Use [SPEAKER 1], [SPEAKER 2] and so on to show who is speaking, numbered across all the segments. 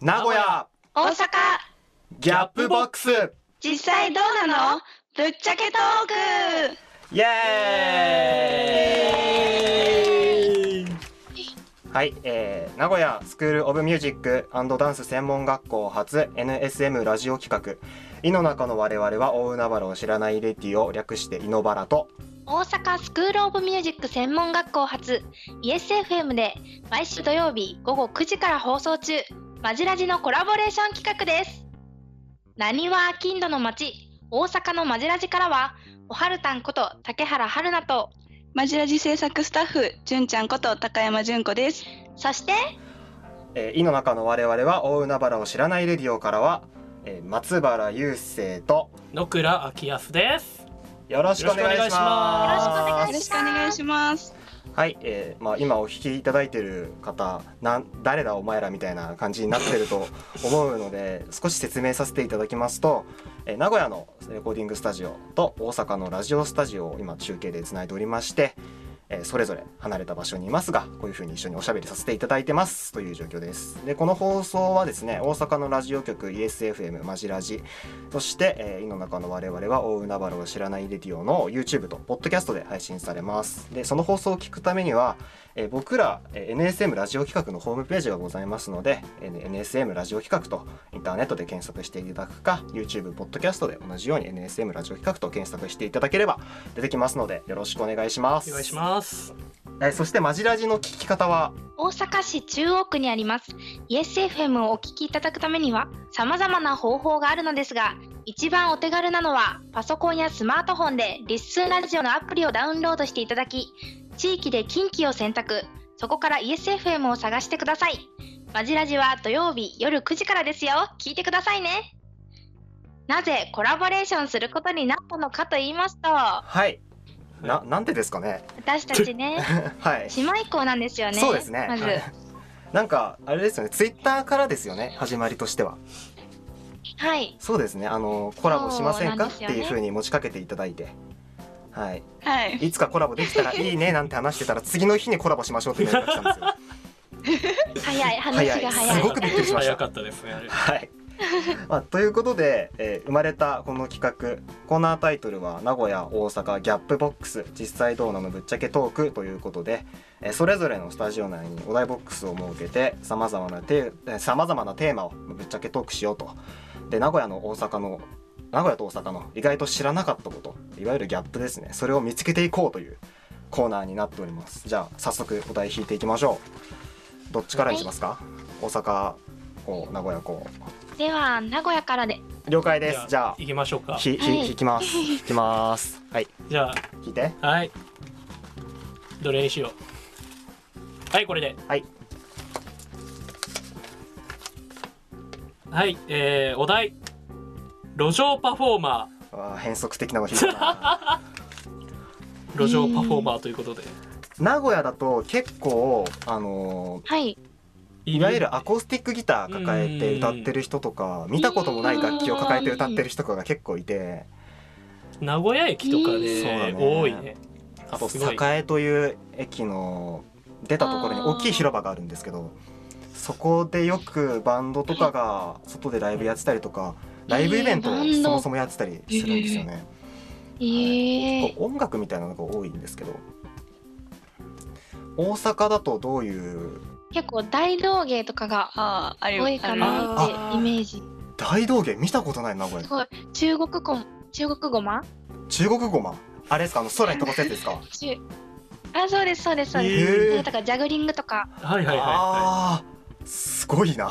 [SPEAKER 1] 名古屋
[SPEAKER 2] 大阪
[SPEAKER 1] ギャップボックス
[SPEAKER 2] 実際どうなのぶっちゃけトーク
[SPEAKER 1] イエーイはい、えー名古屋スクール・オブ・ミュージックダンス専門学校発 NSM ラジオ企画「井の中の我々は大海原を知らないレディオ」略して「井のバラ」と
[SPEAKER 2] 大阪スクールオブミュージック専門学校発 ESFM で毎週土曜日午後9時から放送中マジラジのコラボレーション企画です何は金土の街大阪のマジラジからはおはるたんこと竹原春菜と
[SPEAKER 3] マジラジ制作スタッフ、じゅんちゃんこと高山純子です。
[SPEAKER 2] そして
[SPEAKER 1] えー井の中の我々は大海原を知らないレディオからは、えー松原雄生と
[SPEAKER 4] 野倉昭康です。
[SPEAKER 1] よろしくお願いします
[SPEAKER 2] よ
[SPEAKER 3] よろしくお願いします。
[SPEAKER 1] はい、えーまあ、今お聞きいただいてる方なん誰だお前らみたいな感じになってると思うので少し説明させていただきますと、えー名古屋のレコーディングスタジオと大阪のラジオスタジオを今中継でつないでおりまして、えーそれぞれ離れた場所にいますがこういうふうに一緒におしゃべりさせていただいてますという状況です。でこの放送はですね大阪のラジオ局 ESFM マジラジそして、えー、井の中の我々は大海原を知らないレディオの YouTube と Podcast で配信されます。で、その放送を聞くためには、えー僕ら、えー NSM ラジオ企画のホームページがございますので、えー NSM ラジオ企画とインターネットで検索していただくか、YouTube、Podcast で同じように NSM ラジオ企画と検索していただければ出てきますので、よろしくお願いします。
[SPEAKER 4] お願いします。
[SPEAKER 1] えーそして、マジラジの聞き方は、
[SPEAKER 2] 大阪市中央区にあります ESFM をお聞きいただくためには様々な方法があるのですが一番お手軽なのはパソコンやスマートフォンでリッスンラジオのアプリをダウンロードしていただき地域で近畿を選択そこから ESFM を探してくださいマジラジは土曜日夜9時からですよ聞いてくださいねなぜコラボレーションすることになったのかと言いますと
[SPEAKER 1] はい。な、なんでですかね
[SPEAKER 2] 私たちね
[SPEAKER 1] はい。
[SPEAKER 2] 姉妹校なんですよね
[SPEAKER 1] そうですね。
[SPEAKER 2] まず、
[SPEAKER 1] はいなんかあれですよね。ツイッターからですよね。始まりとしては。
[SPEAKER 2] はい
[SPEAKER 1] そうですね。あのコラボしませんか、
[SPEAKER 2] そう
[SPEAKER 1] って
[SPEAKER 2] なんですよ
[SPEAKER 1] い
[SPEAKER 2] ね
[SPEAKER 1] う風に持ちかけていただいて。はい、
[SPEAKER 3] はい。
[SPEAKER 1] いつかコラボできたらいいねなんて話してたら次の日にコラボしましょうってメールが来たんですよ。
[SPEAKER 2] 早い話が早い
[SPEAKER 1] すごくびっくりしました
[SPEAKER 4] 早かったですね。あれ
[SPEAKER 1] はい、まあ、ということで、えー生まれたこの企画コーナータイトルは「名古屋大阪ギャップボックス実際どうなのぶっちゃけトーク」ということで、えーそれぞれのスタジオ内にお題ボックスを設けてさまざまなテーマをぶっちゃけトークしようと。で名古屋の大阪の名古屋と大阪の意外と知らなかったこといわゆるギャップですねそれを見つけていこうというコーナーになっておりますじゃあ早速お題引いていきましょうどっちからにしますか、大阪こう名古屋こう
[SPEAKER 2] では名古屋からで
[SPEAKER 1] 了解です。じゃあ
[SPEAKER 4] 行きましょうか。
[SPEAKER 1] ひ
[SPEAKER 2] はい
[SPEAKER 1] ひ引きます。引き ます。はい。
[SPEAKER 4] じゃ
[SPEAKER 1] 引いて。
[SPEAKER 4] あはい。どれにしよう。はいこれで。
[SPEAKER 1] はい。
[SPEAKER 4] はい、えー、お題路上パフォーマ
[SPEAKER 1] あー変則的なの引いた な。
[SPEAKER 4] ー路上パフォーマーということで。
[SPEAKER 1] 名古屋だと結構あの
[SPEAKER 2] は
[SPEAKER 1] ー
[SPEAKER 2] い
[SPEAKER 1] いわゆるアコースティックギター抱えて歌ってる人とか見たこともない楽器を抱えて歌ってる人とかが結構いて
[SPEAKER 4] 名古屋駅とかで、
[SPEAKER 1] そうだね
[SPEAKER 4] 多いね。
[SPEAKER 1] あと
[SPEAKER 4] すごい
[SPEAKER 1] 栄という駅の出たところに大きい広場があるんですけどそこでよくバンドとかが外でライブやってたりとかライブイベントを
[SPEAKER 2] えーバンド
[SPEAKER 1] そもそもやってたりするんですよね。
[SPEAKER 2] えー
[SPEAKER 1] こう音楽みたいなのが多いんですけど大阪だとどういう
[SPEAKER 2] 結構大道芸とかが
[SPEAKER 3] ああ、あり
[SPEAKER 2] 多いか
[SPEAKER 3] あ
[SPEAKER 2] な
[SPEAKER 1] あ
[SPEAKER 2] ってイメージ
[SPEAKER 1] 大道芸見たことないなこれ
[SPEAKER 2] すごい中国語中国語ま
[SPEAKER 1] 中国語マンあれですかあの空に飛ばせってですか
[SPEAKER 2] 中あそうですそうですそうです、
[SPEAKER 1] へー
[SPEAKER 2] それとかジャグリングとか
[SPEAKER 4] はいはいはいは
[SPEAKER 1] あーすごいな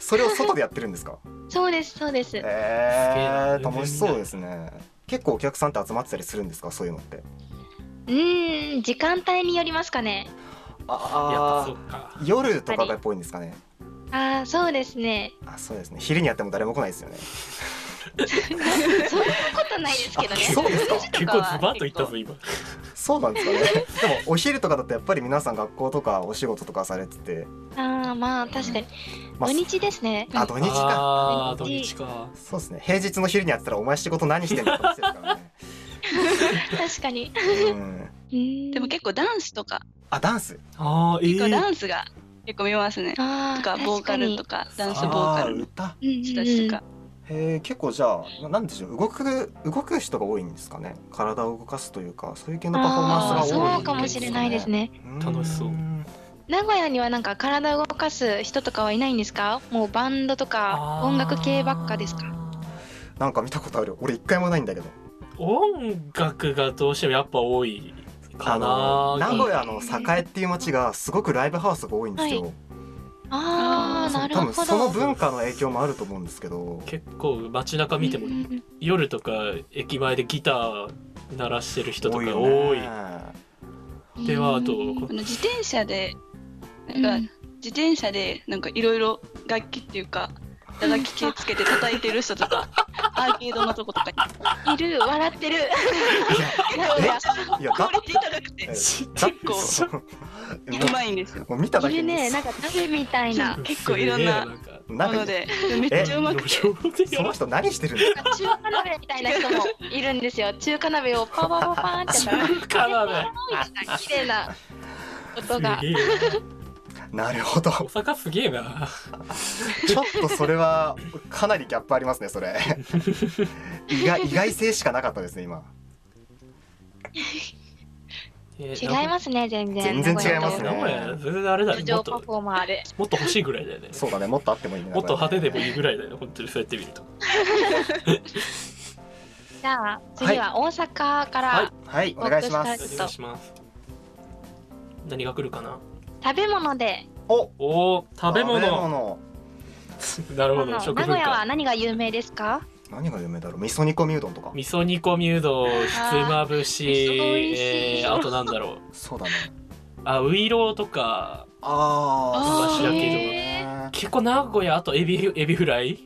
[SPEAKER 1] それを外でやってるんですか
[SPEAKER 2] そうですそうです
[SPEAKER 1] え
[SPEAKER 4] すげえ
[SPEAKER 1] ー、
[SPEAKER 4] な
[SPEAKER 1] 楽しそうですね結構お客さんって集まってたりするんですかそういうのって
[SPEAKER 2] うーん時間帯によりますかね
[SPEAKER 4] い。やっぱそ
[SPEAKER 1] あ
[SPEAKER 4] うか。
[SPEAKER 1] 夜とかが多いんですかね
[SPEAKER 2] あーそうですね
[SPEAKER 1] あそうですね昼にやっても誰も来ないですよね
[SPEAKER 2] そんなことないですけどね
[SPEAKER 1] あそうですか
[SPEAKER 4] 結構ズバッといったぞ今。
[SPEAKER 1] そうなんですかね でもお昼とかだとやっぱり皆さん学校とかお仕事とかされてて、
[SPEAKER 2] あーまあ確かに
[SPEAKER 1] まあ
[SPEAKER 2] 土日ですね
[SPEAKER 1] あ土日か
[SPEAKER 4] ああー土
[SPEAKER 2] 土日
[SPEAKER 4] 日か。
[SPEAKER 1] そうですね平日の昼にやってたら「お前仕事何してんだ」って話ですから ね、
[SPEAKER 2] 確かに
[SPEAKER 1] うん、
[SPEAKER 2] うーん
[SPEAKER 3] でも結構ダンスとか、
[SPEAKER 1] あダンス
[SPEAKER 4] ああええ
[SPEAKER 3] 結構ダンスが結構見ますね。
[SPEAKER 2] あ
[SPEAKER 3] と
[SPEAKER 2] ー
[SPEAKER 3] かボーカルと
[SPEAKER 2] か
[SPEAKER 3] かダンスボーカ
[SPEAKER 1] あ
[SPEAKER 3] ル
[SPEAKER 1] ー
[SPEAKER 3] の
[SPEAKER 1] 歌
[SPEAKER 2] うんうんうん
[SPEAKER 3] 人たちとか。
[SPEAKER 1] へえ結構じゃあななんでしょう動く動く人が多いんですかね体を動かすというかそういう系のパフォーマンスが多い
[SPEAKER 2] あーそうかもしれないですね
[SPEAKER 1] うん
[SPEAKER 4] 楽しそう
[SPEAKER 2] 名古屋にはなんか体を動かす人とかはいないんですかもうバンドとか音楽系ばっかですか
[SPEAKER 1] なんか見たことある俺一回もないんだけど
[SPEAKER 4] 音楽がどうしてもやっぱ多いか
[SPEAKER 1] の
[SPEAKER 4] な
[SPEAKER 1] 名古屋の栄っていう町がすごくライブハウスが多いんですよ、
[SPEAKER 2] ああ
[SPEAKER 3] ー
[SPEAKER 1] そ
[SPEAKER 2] な
[SPEAKER 1] う
[SPEAKER 2] る
[SPEAKER 1] 多
[SPEAKER 2] ほ
[SPEAKER 1] 分
[SPEAKER 2] ど
[SPEAKER 1] その文化の影響もあると思うんですけど
[SPEAKER 4] 結構街中見ても
[SPEAKER 2] うんうんうん
[SPEAKER 4] 夜とか駅前でギター鳴らしてる人とか
[SPEAKER 1] よ
[SPEAKER 4] 多い
[SPEAKER 1] ね
[SPEAKER 4] ではあと
[SPEAKER 2] うん
[SPEAKER 3] あの自転車で
[SPEAKER 2] う
[SPEAKER 3] なん
[SPEAKER 2] ん
[SPEAKER 3] か自転車でなんかいろいろ楽器っていうか打楽器系つけて叩いてる人 とかアーケードのとことかに
[SPEAKER 2] いる笑ってる
[SPEAKER 3] なんか
[SPEAKER 1] いや
[SPEAKER 3] ク
[SPEAKER 1] だ
[SPEAKER 3] オリティ高くて
[SPEAKER 4] 知って
[SPEAKER 1] だ
[SPEAKER 4] る
[SPEAKER 3] 構
[SPEAKER 1] そうも
[SPEAKER 3] うまいんですよ。
[SPEAKER 1] うもう見ただ
[SPEAKER 2] い
[SPEAKER 1] け
[SPEAKER 2] る
[SPEAKER 1] で
[SPEAKER 2] ねなんか鍋みた いな
[SPEAKER 3] 結構いろんな
[SPEAKER 4] すげえか
[SPEAKER 1] な
[SPEAKER 3] なん
[SPEAKER 1] か
[SPEAKER 3] のでめっちゃうまくて
[SPEAKER 4] 路上でや
[SPEAKER 1] そ
[SPEAKER 4] ら
[SPEAKER 1] の人何してるん
[SPEAKER 2] なんか中華鍋みたいな人もいるんですよ中華鍋をパパパパーンってやったら
[SPEAKER 4] 中 華鍋
[SPEAKER 2] 綺麗な音が
[SPEAKER 4] すげえ
[SPEAKER 1] だなるほど
[SPEAKER 4] 大阪すげえな
[SPEAKER 1] ちょっとそれはかなりギャップありますねそ れ意外意外性しかなかったですね今
[SPEAKER 4] 違
[SPEAKER 2] 違いますね全然
[SPEAKER 1] 全然違いますね
[SPEAKER 4] 名古屋全然あれだ
[SPEAKER 2] 路
[SPEAKER 4] ねも
[SPEAKER 2] 上
[SPEAKER 4] っ
[SPEAKER 2] パ
[SPEAKER 4] と
[SPEAKER 2] フォーマーで
[SPEAKER 4] もっと欲しいぐらいだよね
[SPEAKER 1] そうだねもっとあってもいいね
[SPEAKER 4] もっと派手でもいい
[SPEAKER 1] い
[SPEAKER 4] ぐらいだよね本当にそうやって見ると
[SPEAKER 2] じゃあ次は大阪から、
[SPEAKER 4] はい
[SPEAKER 1] はいお願いしま
[SPEAKER 2] ちょっ
[SPEAKER 1] す
[SPEAKER 2] と
[SPEAKER 4] お願いします何が来るかな
[SPEAKER 2] 食べ物で
[SPEAKER 1] お
[SPEAKER 4] おー食べ物なる
[SPEAKER 2] あ
[SPEAKER 4] ほ
[SPEAKER 2] の
[SPEAKER 4] ど食文
[SPEAKER 2] 名古屋は
[SPEAKER 4] 化
[SPEAKER 2] 何が有名ですか
[SPEAKER 1] 何が有名だろう味噌煮込みうどんとか
[SPEAKER 4] 味噌煮込みうどんひつまぶ
[SPEAKER 2] あー
[SPEAKER 4] し
[SPEAKER 2] 味噌美味しい
[SPEAKER 4] えーあとなんだろう
[SPEAKER 1] そうだね
[SPEAKER 4] あウイローとか
[SPEAKER 1] あ
[SPEAKER 4] あ
[SPEAKER 1] あ
[SPEAKER 4] ー白
[SPEAKER 1] ね
[SPEAKER 4] 木結構名古屋あとエビエビフライ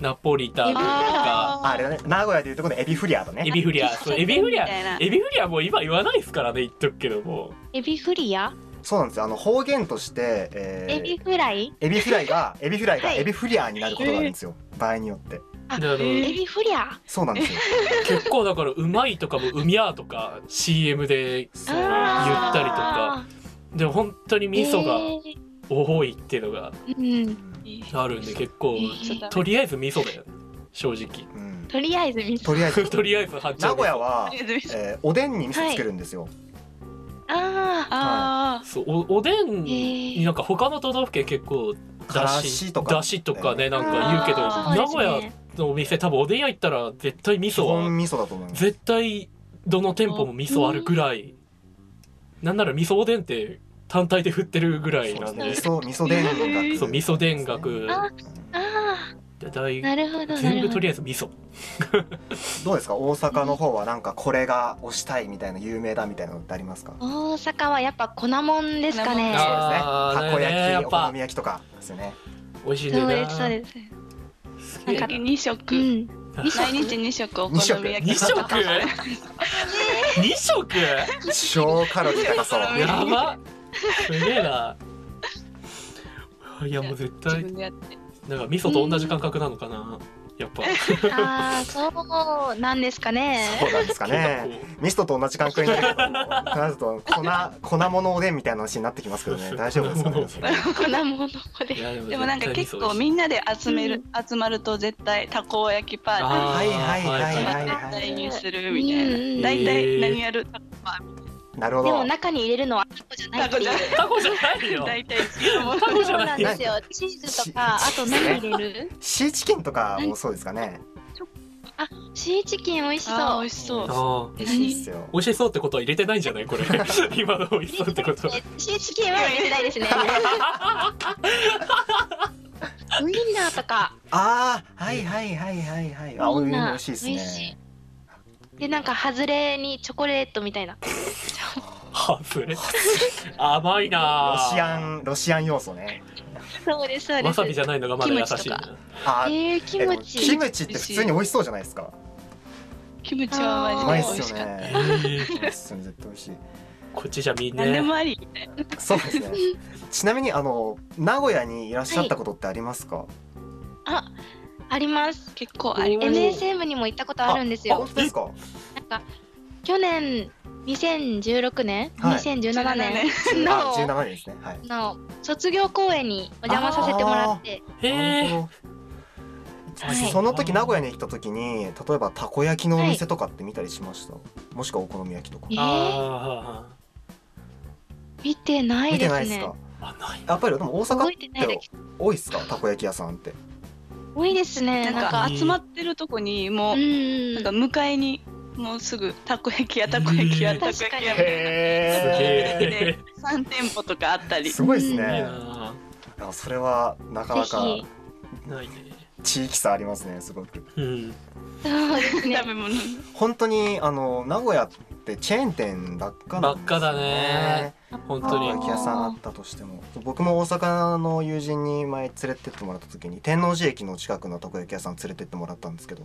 [SPEAKER 4] ナポリタンとか
[SPEAKER 3] あ
[SPEAKER 1] あれだね名古屋でいうとこのエビフリアだ
[SPEAKER 4] エ
[SPEAKER 1] ね
[SPEAKER 4] ビフリ アそうエビフリア
[SPEAKER 3] みたいな
[SPEAKER 4] エビフリアもう今言わないですからね言っとくけども
[SPEAKER 2] エビフリア、
[SPEAKER 1] そうなんですよあの方言として、えー
[SPEAKER 2] エビフライ
[SPEAKER 1] エビフライ がエビフライが
[SPEAKER 2] はい
[SPEAKER 1] エビフリアになることがあるんですよ、場合によって
[SPEAKER 2] あ
[SPEAKER 4] なるほど
[SPEAKER 2] エビフリア
[SPEAKER 1] そうなん ですよ
[SPEAKER 4] 結構だからうまいとかもうみやーとか CM で
[SPEAKER 1] そう
[SPEAKER 4] 言ったりとか
[SPEAKER 2] あ
[SPEAKER 4] でも本当に味噌が
[SPEAKER 2] え
[SPEAKER 4] 多いっていうのが
[SPEAKER 2] ーうん
[SPEAKER 4] あるんで結構
[SPEAKER 3] ちょっと
[SPEAKER 4] とりあえず味噌だよね正直
[SPEAKER 1] うん
[SPEAKER 2] とりあえず味噌
[SPEAKER 1] とりあえ ず
[SPEAKER 4] とりあえず八丁味噌
[SPEAKER 1] 名古屋は
[SPEAKER 3] とり、あえず
[SPEAKER 1] えーおでんに味噌つけるんですよ、
[SPEAKER 2] ああ
[SPEAKER 3] あ
[SPEAKER 4] そうおおでん
[SPEAKER 2] え
[SPEAKER 4] に
[SPEAKER 2] ー
[SPEAKER 4] なんか他の都道府県結構だ
[SPEAKER 1] から
[SPEAKER 4] し
[SPEAKER 1] しとか
[SPEAKER 4] だしとかねなんか言うけど
[SPEAKER 2] あー
[SPEAKER 4] 名
[SPEAKER 2] そ
[SPEAKER 4] 古
[SPEAKER 2] うです
[SPEAKER 4] 屋
[SPEAKER 2] ね
[SPEAKER 4] のお店多分おでん屋行ったら絶対味
[SPEAKER 1] 基
[SPEAKER 4] 噌
[SPEAKER 1] 本
[SPEAKER 4] は
[SPEAKER 1] 味噌だと思います
[SPEAKER 4] 絶対どの店舗も味噌あるぐらいなんなら味噌おでんって単体で振ってるぐら
[SPEAKER 1] そ
[SPEAKER 4] い
[SPEAKER 1] うで
[SPEAKER 4] な
[SPEAKER 1] す
[SPEAKER 4] ん
[SPEAKER 1] ね味
[SPEAKER 4] で
[SPEAKER 1] 噌味噌田楽
[SPEAKER 4] そう味噌田楽
[SPEAKER 2] ああ
[SPEAKER 4] 大
[SPEAKER 2] ーなるほどな
[SPEAKER 4] 全
[SPEAKER 2] る
[SPEAKER 4] 部
[SPEAKER 2] ほ
[SPEAKER 4] と
[SPEAKER 2] ど
[SPEAKER 4] りあえず味噌
[SPEAKER 1] どうですか大阪の方はなんかこれが推したいみたいな有名だみたいなのってありますか
[SPEAKER 2] 大阪はやっぱ粉もんですかね
[SPEAKER 3] 粉もん
[SPEAKER 4] あー
[SPEAKER 1] たこ焼き、
[SPEAKER 4] ねやっ
[SPEAKER 1] お
[SPEAKER 4] ぱ
[SPEAKER 1] 好み焼きとかですよね
[SPEAKER 4] 美味しいねん
[SPEAKER 2] そう
[SPEAKER 4] な
[SPEAKER 2] ですそうです
[SPEAKER 4] す
[SPEAKER 3] あ
[SPEAKER 4] げえ
[SPEAKER 3] なんか2
[SPEAKER 2] う
[SPEAKER 3] 食
[SPEAKER 2] ん
[SPEAKER 3] 毎日2食お
[SPEAKER 1] 二食
[SPEAKER 3] 好み焼
[SPEAKER 4] 二
[SPEAKER 3] き
[SPEAKER 4] 食 二食
[SPEAKER 1] 超カロリ ー高そう
[SPEAKER 3] い
[SPEAKER 4] やばすげえないやもう絶
[SPEAKER 3] 自
[SPEAKER 4] 対
[SPEAKER 3] 分でやって
[SPEAKER 4] なんか味噌と同じ感覚なのかなやっぱ
[SPEAKER 2] ああそうなんですかね
[SPEAKER 1] そうなんですか ねミストと同じ感覚になるけどなると粉粉物おでんみたいな話になってきますけどね大丈夫ですかねそれ
[SPEAKER 2] 粉もの
[SPEAKER 4] い
[SPEAKER 2] で
[SPEAKER 4] や
[SPEAKER 3] でもなんか結構
[SPEAKER 4] ん
[SPEAKER 3] みんなで集める集まると絶対たこ焼きパーティー
[SPEAKER 1] はいはいはいはい
[SPEAKER 3] 絶
[SPEAKER 1] はい
[SPEAKER 3] 対にするみたいな。
[SPEAKER 2] うんうん
[SPEAKER 3] 大体何やるタコパ
[SPEAKER 1] なるほ
[SPEAKER 2] でも
[SPEAKER 1] ど
[SPEAKER 2] 中に入れるのはタコじゃない
[SPEAKER 3] タ
[SPEAKER 2] って
[SPEAKER 3] コ
[SPEAKER 2] い
[SPEAKER 3] じ
[SPEAKER 2] う
[SPEAKER 3] ゃない。
[SPEAKER 4] タコじゃないよ
[SPEAKER 3] 大体違うもの。
[SPEAKER 4] タコじ
[SPEAKER 2] そ
[SPEAKER 4] ゃ
[SPEAKER 2] うな
[SPEAKER 4] なんいよ
[SPEAKER 2] ですよチーズとかあ
[SPEAKER 1] チ
[SPEAKER 2] と何入れる
[SPEAKER 1] シーチキンとかもそうですかね
[SPEAKER 2] シーチキン美味し
[SPEAKER 3] あ
[SPEAKER 2] そう
[SPEAKER 3] ー美味しそう。
[SPEAKER 4] あー
[SPEAKER 1] 美味しいですよ
[SPEAKER 4] 美味しそうってことは入れてないんじゃない これ今の美味しそうってことは
[SPEAKER 2] シーチキンは入れてないですねウインナーとか
[SPEAKER 1] ああはいはいはいはいはいあお湯
[SPEAKER 2] みん
[SPEAKER 1] 美
[SPEAKER 2] な
[SPEAKER 1] 味しいです
[SPEAKER 2] 美味し
[SPEAKER 1] ね
[SPEAKER 2] でなんか外れにチョコレートみたいな
[SPEAKER 4] 外れ甘いな
[SPEAKER 1] ロ
[SPEAKER 4] ー
[SPEAKER 1] シアンロシアン要素ね
[SPEAKER 2] そうですそうです
[SPEAKER 4] わさびじゃないのがまだ優しいな
[SPEAKER 3] キムチ
[SPEAKER 1] あー
[SPEAKER 2] えー、キ
[SPEAKER 1] えで
[SPEAKER 2] ム
[SPEAKER 1] も
[SPEAKER 2] チ
[SPEAKER 1] キムチって普通に美味しそうじゃないですか
[SPEAKER 3] キムチは
[SPEAKER 1] う
[SPEAKER 2] う
[SPEAKER 1] ま
[SPEAKER 3] マ
[SPEAKER 1] い
[SPEAKER 3] ジ
[SPEAKER 1] っ
[SPEAKER 3] で美
[SPEAKER 1] す
[SPEAKER 3] 味
[SPEAKER 1] よ
[SPEAKER 3] しかった。
[SPEAKER 4] え
[SPEAKER 1] ね
[SPEAKER 4] ー
[SPEAKER 1] 美味しそう絶対美味しい
[SPEAKER 4] こっちじゃみんな
[SPEAKER 3] 何でもあり。
[SPEAKER 1] そうですねちなみにあの名古屋にいらっしゃったことってありますか、
[SPEAKER 2] ああります
[SPEAKER 3] 結構あります。
[SPEAKER 2] MSM にも行ったことあるんです
[SPEAKER 1] あ
[SPEAKER 2] よ
[SPEAKER 1] 本当ですか
[SPEAKER 2] なんか去年2016年、
[SPEAKER 1] はい
[SPEAKER 2] 2017
[SPEAKER 3] 17
[SPEAKER 2] 年
[SPEAKER 3] 年
[SPEAKER 1] あ
[SPEAKER 2] の
[SPEAKER 1] 17年ですねはい
[SPEAKER 2] の卒業公演にお邪魔させてもらって
[SPEAKER 4] へ
[SPEAKER 1] な
[SPEAKER 4] え
[SPEAKER 1] るほど
[SPEAKER 2] はい
[SPEAKER 1] その時名古屋に来た時に例えばたこ焼きのお店とかって見たりしました、もしくはお好み焼きとか
[SPEAKER 2] えー
[SPEAKER 4] あ
[SPEAKER 2] 見てない
[SPEAKER 1] 見て
[SPEAKER 2] で
[SPEAKER 1] ない
[SPEAKER 2] す
[SPEAKER 1] です
[SPEAKER 2] ね
[SPEAKER 1] か
[SPEAKER 4] ーあない
[SPEAKER 1] やっぱりでも大阪
[SPEAKER 2] 覚
[SPEAKER 1] っ
[SPEAKER 2] えてないだ
[SPEAKER 1] て
[SPEAKER 2] け
[SPEAKER 1] 多いっすかたこ焼き屋さんって
[SPEAKER 2] 多いですね
[SPEAKER 3] な
[SPEAKER 2] なん
[SPEAKER 3] ん
[SPEAKER 2] か
[SPEAKER 3] か集まってるとこにも
[SPEAKER 2] う
[SPEAKER 3] う、
[SPEAKER 2] ん
[SPEAKER 3] なんか向かいにもうすぐたこ焼きやたこ焼きや
[SPEAKER 4] うん
[SPEAKER 3] たこ焼きやみたいな
[SPEAKER 1] へ
[SPEAKER 4] すげ
[SPEAKER 3] で3店舗とかあったり
[SPEAKER 1] すごいです
[SPEAKER 4] えいい
[SPEAKER 1] ね
[SPEAKER 4] な
[SPEAKER 1] あそれはなかなか
[SPEAKER 2] ぜ
[SPEAKER 4] あないね
[SPEAKER 1] 地域差ありますねすごく
[SPEAKER 4] うん
[SPEAKER 2] そうですね
[SPEAKER 3] 食べ物
[SPEAKER 1] 本当にあの名古屋ってチェーン店ばっかなんですよ
[SPEAKER 4] ばっかだね本
[SPEAKER 1] た
[SPEAKER 4] 当
[SPEAKER 1] こ
[SPEAKER 4] に
[SPEAKER 1] 焼き屋さんあったとしても僕も大阪の友人に前連れてってもらった時に天王寺駅の近くのたこ焼き屋さん連れてってもらったんですけど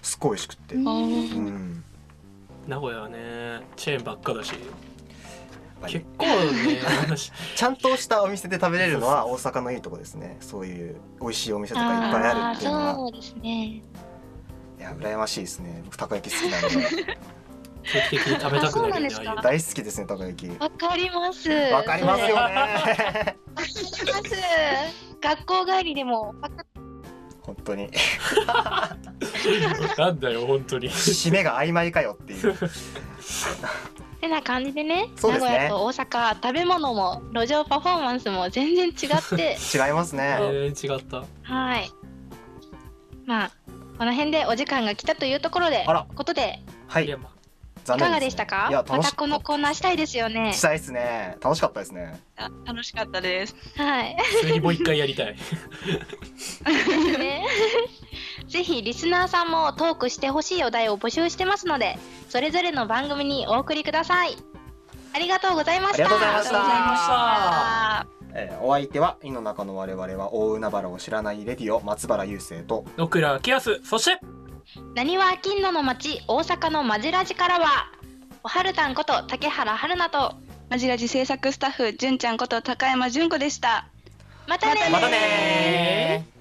[SPEAKER 1] すっごい美味しくって、
[SPEAKER 2] うん
[SPEAKER 1] う
[SPEAKER 3] あ
[SPEAKER 1] ん、
[SPEAKER 4] 名古屋はねチェーンばっかだし
[SPEAKER 1] やっぱり
[SPEAKER 4] 結構ね話
[SPEAKER 1] ちゃんとしたお店で食べれるのは大阪のいいとこですねそういう美味しいお店とかいっぱいあ るっていうの
[SPEAKER 2] あー
[SPEAKER 1] は
[SPEAKER 2] そうですね
[SPEAKER 1] いや羨ましいですね僕たこ焼き好きなん で
[SPEAKER 4] 定期的に食べたくなる
[SPEAKER 2] あそうなんですか
[SPEAKER 1] 大好きですねたこ焼き
[SPEAKER 2] わかります
[SPEAKER 1] わかりますよね
[SPEAKER 2] わかります学校帰りでもパクッ
[SPEAKER 1] 本当に
[SPEAKER 4] ああいうのなんだよ本当に
[SPEAKER 1] 締めが曖昧かよって いう
[SPEAKER 2] てな感じでね
[SPEAKER 1] そうです
[SPEAKER 2] 名古
[SPEAKER 1] ね
[SPEAKER 2] 屋と大阪食べ物も路上パフォーマンスも全然違って
[SPEAKER 1] 違いますね
[SPEAKER 4] 全然違った
[SPEAKER 2] はいまあこの辺でお時間が来たというところで
[SPEAKER 1] あら
[SPEAKER 2] ことで
[SPEAKER 1] はいい
[SPEAKER 4] やまあ
[SPEAKER 1] 残念すね
[SPEAKER 2] いかがでしたか
[SPEAKER 1] いや
[SPEAKER 2] ま
[SPEAKER 1] 楽
[SPEAKER 2] た
[SPEAKER 1] し
[SPEAKER 2] このコーナーしたいですよね
[SPEAKER 1] したいですね楽しかったですね
[SPEAKER 3] 楽しかったです
[SPEAKER 2] はい
[SPEAKER 4] 普通にもう一回やりたい
[SPEAKER 2] ねぜひリスナーさんもトークしてほしいお題を募集してますのでそれぞれの番組にお送りくださいありがとうございまし
[SPEAKER 1] あり
[SPEAKER 2] た
[SPEAKER 1] がとうございました
[SPEAKER 2] ありがとうございました
[SPEAKER 1] えーお相手は井の中の我々は大海原を知らないレディオ松原雄生と
[SPEAKER 4] 野倉明康そして
[SPEAKER 2] なにわ金野の町大阪のマジラジからはおはるたんこと竹原春菜と
[SPEAKER 3] マジラジ制作スタッフじゅんちゃんこと高山純子でした
[SPEAKER 2] またねー
[SPEAKER 1] またねー